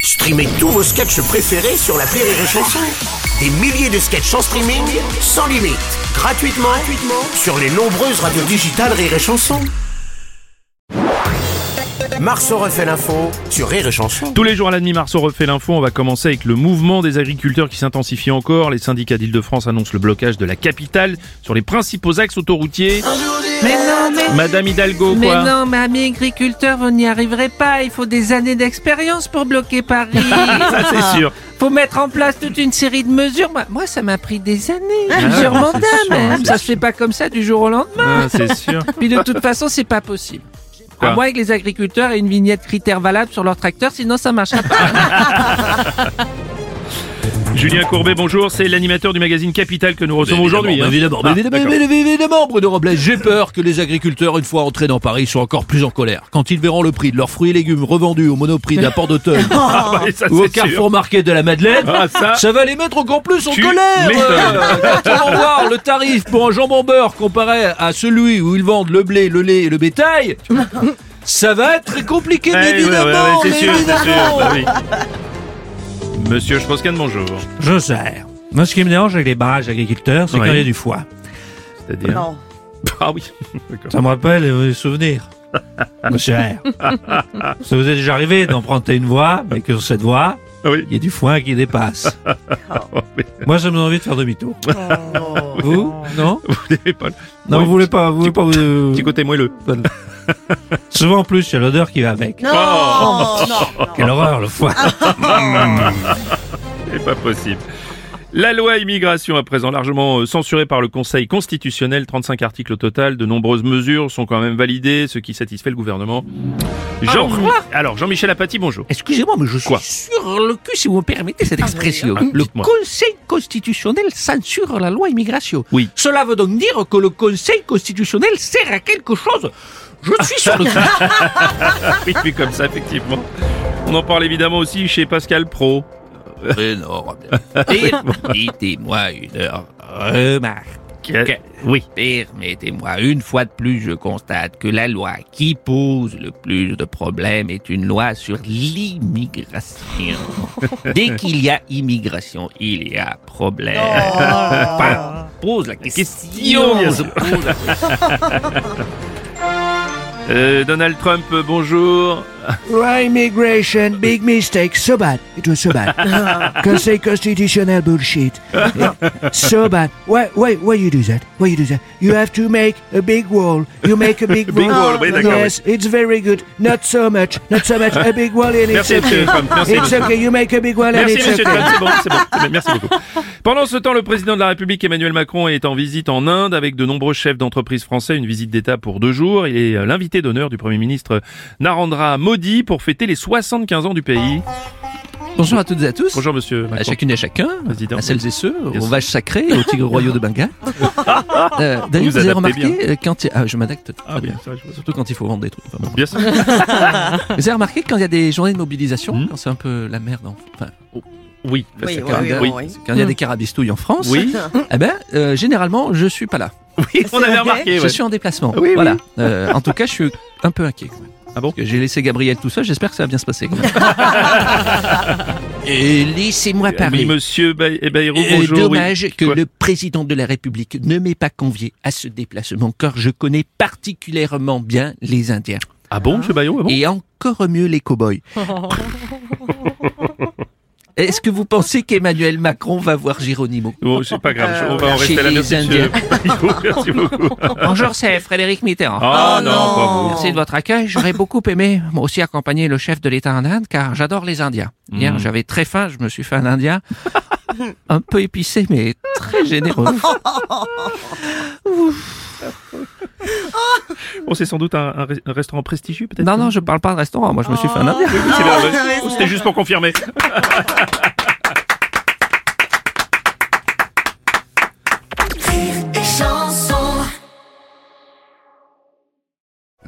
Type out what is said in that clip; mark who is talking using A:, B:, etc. A: Streamez tous vos sketchs préférés sur la Rire et Chanson. Des milliers de sketchs en streaming, sans limite, gratuitement, gratuitement sur les nombreuses radios digitales Rire et Chanson. Marceau refait l'info sur Rire et Chanson.
B: Tous les jours à la demi-mars, on refait l'info. On va commencer avec le mouvement des agriculteurs qui s'intensifie encore. Les syndicats d'Île-de-France annoncent le blocage de la capitale sur les principaux axes autoroutiers.
C: Mais non, mais,
B: Madame Hidalgo,
C: mais
B: quoi
C: non, mais amis agriculteurs, vous n'y arriverez pas. Il faut des années d'expérience pour bloquer Paris.
B: Ça,
C: Ah.
B: c'est sûr.
C: faut mettre en place toute une série de mesures. Moi, moi, ça m'a pris des années, plusieurs
B: ouais,
C: mandats
B: Ah, c'est sûr,
C: même.
B: c'est
C: Ça se fait pas comme ça du jour au lendemain.
B: Ah, c'est sûr.
C: Puis de toute façon, c'est pas possible.
B: Quoi
C: à moins que les agriculteurs aient une vignette critère valable sur leur tracteur, sinon ça marchera pas.
B: Julien Courbet, bonjour. C'est l'animateur du magazine Capital que nous recevons
D: Mais
B: aujourd'hui.
D: évidemment,
B: hein. Ah,
D: mais Évidemment, mais évidemment,
B: d'accord.
D: mais évidemment, évidemment, Bruno Robles, j'ai peur que les agriculteurs, une fois entrés dans Paris, soient encore plus en colère. Quand ils verront le prix de leurs fruits et légumes revendus au monoprix de la Porte d'Auteuil
B: Ah, ouais, ça,
D: ou au
B: c'est sûr.
D: Carrefour Market de la Madeleine,
B: Ah, ça-
D: ça... va les mettre encore plus en
B: Tu
D: colère.
B: m'étonnes.
D: Euh, Quand ils vont voir le tarif pour un jambon beurre comparé à celui où ils vendent le blé, le lait et le bétail, ça va être très compliqué,
B: Eh, Ouais,
D: mais
B: ouais,
D: évidemment,
B: ouais, ouais, c'est
D: mais
B: sûr, c'est sûr.
D: évidemment.
B: Bah oui. Monsieur Strauss-Kahn, bonjour.
E: Je sers. Moi, ce qui me dérange avec les barrages agriculteurs, c'est
B: Oui.
E: qu'il y a du foie.
B: C'est-à-dire Ah oui, d'accord.
E: Ça me rappelle euh, des souvenirs. Monsieur R. Ça vous est déjà arrivé d'emprunter une voie, mais que sur cette voie,
B: Ah oui.
E: il y a du foin qui dépasse.
F: Oh.
B: oui.
E: Moi, ça me donne envie de faire demi-tour. Vous Non
B: Vous n'avez pas le
E: Non,
B: Oui,
E: vous voulez pas, vous voulez pas vous...
B: petit côté moelleux.
E: Souvent, en plus, il y a l'odeur qui va avec.
F: Non, non, Ah,
E: Quelle horreur, le foie.
B: C'est pas possible. La loi immigration, à présent largement euh, censurée par le Conseil constitutionnel, 35 articles au total, de nombreuses mesures sont quand même validées, ce qui satisfait le gouvernement. Jean Alors, Jean-Michel Apathy, bonjour.
G: Excusez-moi, mais je suis
B: Quoi
G: sur le cul, si vous me permettez cette expression.
B: Ah,
G: le
B: dites-moi.
G: Conseil constitutionnel censure la loi immigration.
B: Oui.
G: Cela veut donc dire que le Conseil constitutionnel sert à quelque chose. Je suis sur le cul.
B: Oui, oui, comme ça, effectivement. On en parle évidemment aussi chez Pascal Pro.
D: Mais
G: oh,
D: non,
G: Permettez-moi une remarque.
B: Oui.
G: Permettez-moi, une fois de plus, je constate que la loi qui pose le plus de problèmes est une loi sur l'immigration. Dès qu'il y a immigration, il y a problème. Enfin, pose la question.
B: bien sûr. Euh, Donald Trump, euh, bonjour.
H: Immigration, big mistake, so bad. It was so bad. Conseil constitutionnel bullshit. so bad. Why, why, why you do that? Why you do that? You have to make a big wall. You make a big wall.
B: Big wall, oui, d'accord,
H: yes, it's very good. Not so much. Not so much. A big wall and
B: Merci,
H: it's
B: monsieur
H: okay.
B: Trump. Merci,
H: It's okay. You make a big wall and
B: Merci,
H: it's
B: monsieur
H: okay.
B: Trump, c'est bon, c'est bon, c'est bien, merci beaucoup. Pendant ce temps, le président de la République, Emmanuel Macron, est en visite en Inde avec de nombreux chefs d'entreprise français, une visite d'État pour deux jours. Il est euh, l'invité d'honneur du Premier ministre euh, Narendra Modi pour fêter les 75 ans du pays.
G: Bonjour à toutes et à tous.
B: Bonjour, monsieur
G: À
B: Macron.
G: chacune et à Ah, chacun, Ah,
B: Président.
G: à celles et ceux,
B: Yes.
G: aux vaches sacrées, et aux tigres royaux de Bengale. Euh,
B: Vous
G: D'ailleurs, vous,
B: adaptez
G: avez remarqué, euh, quand il y a- ah, je m'adapte très
B: Ah oui,
G: bien.
B: ça, je vois ça.
G: Surtout quand il faut vendre des trucs. Enfin, bon.
B: Bien sûr.
G: Vous avez remarqué que quand il y a des journées de mobilisation,
B: Hmm.
G: quand c'est un peu la merde, en- enfin,
B: Oui, là,
F: Oui,
B: c'est
F: oui,
B: quand même-
F: oui,
B: oui.
F: oui.
G: quand il y a des carabistouilles en France,
B: Hmm. Oui,
G: eh ben, euh, généralement, je suis pas là.
B: oui, on avait
F: vrai.
B: remarqué.
G: je
B: ouais.
G: suis en déplacement.
B: oui.
G: voilà. Euh, en tout cas, je suis un peu inquiet. quand même.
B: Ah bon
G: Parce que J'ai laissé Gabriel tout seul, j'espère que ça va bien se passer. quand même. Et laissez-moi
B: Oui,
G: parler.
B: monsieur Bay- eh, Bayrou,
G: Euh,
B: bonjour. oui.
G: dommage que
B: Quoi
G: le président de la République ne m'ait pas convié à ce déplacement, car je connais particulièrement bien les Indiens.
B: Ah bon, monsieur Bayrou ah bon
G: Et encore mieux les cow-boys. Est-ce que vous pensez qu'Emmanuel Macron va voir Géronimo
B: Bon, Oh, c'est pas grave, je- on va en rester
G: Chez
B: là.
G: les
B: Merci, monsieur Bayrou, merci beaucoup.
G: Bonjour, c'est Frédéric Mitterrand.
B: Ah
F: Oh
B: non, pas vous.
G: Merci de votre accueil. J'aurais beaucoup aimé, moi aussi, accompagner le chef de l'État en Inde, car j'adore les Indiens. Hier,
B: Mm.
G: j'avais très faim, je me suis fait un Indien. un peu épicé, mais très généreux.
B: Bon, Oh, c'est sans doute un, un re- un restaurant prestigieux, peut-être
G: Non, non, je parle pas de restaurant. Moi, je me suis fait un Indien.
B: Oui, oui, c'est vrai, ouais. C'était juste pour confirmer.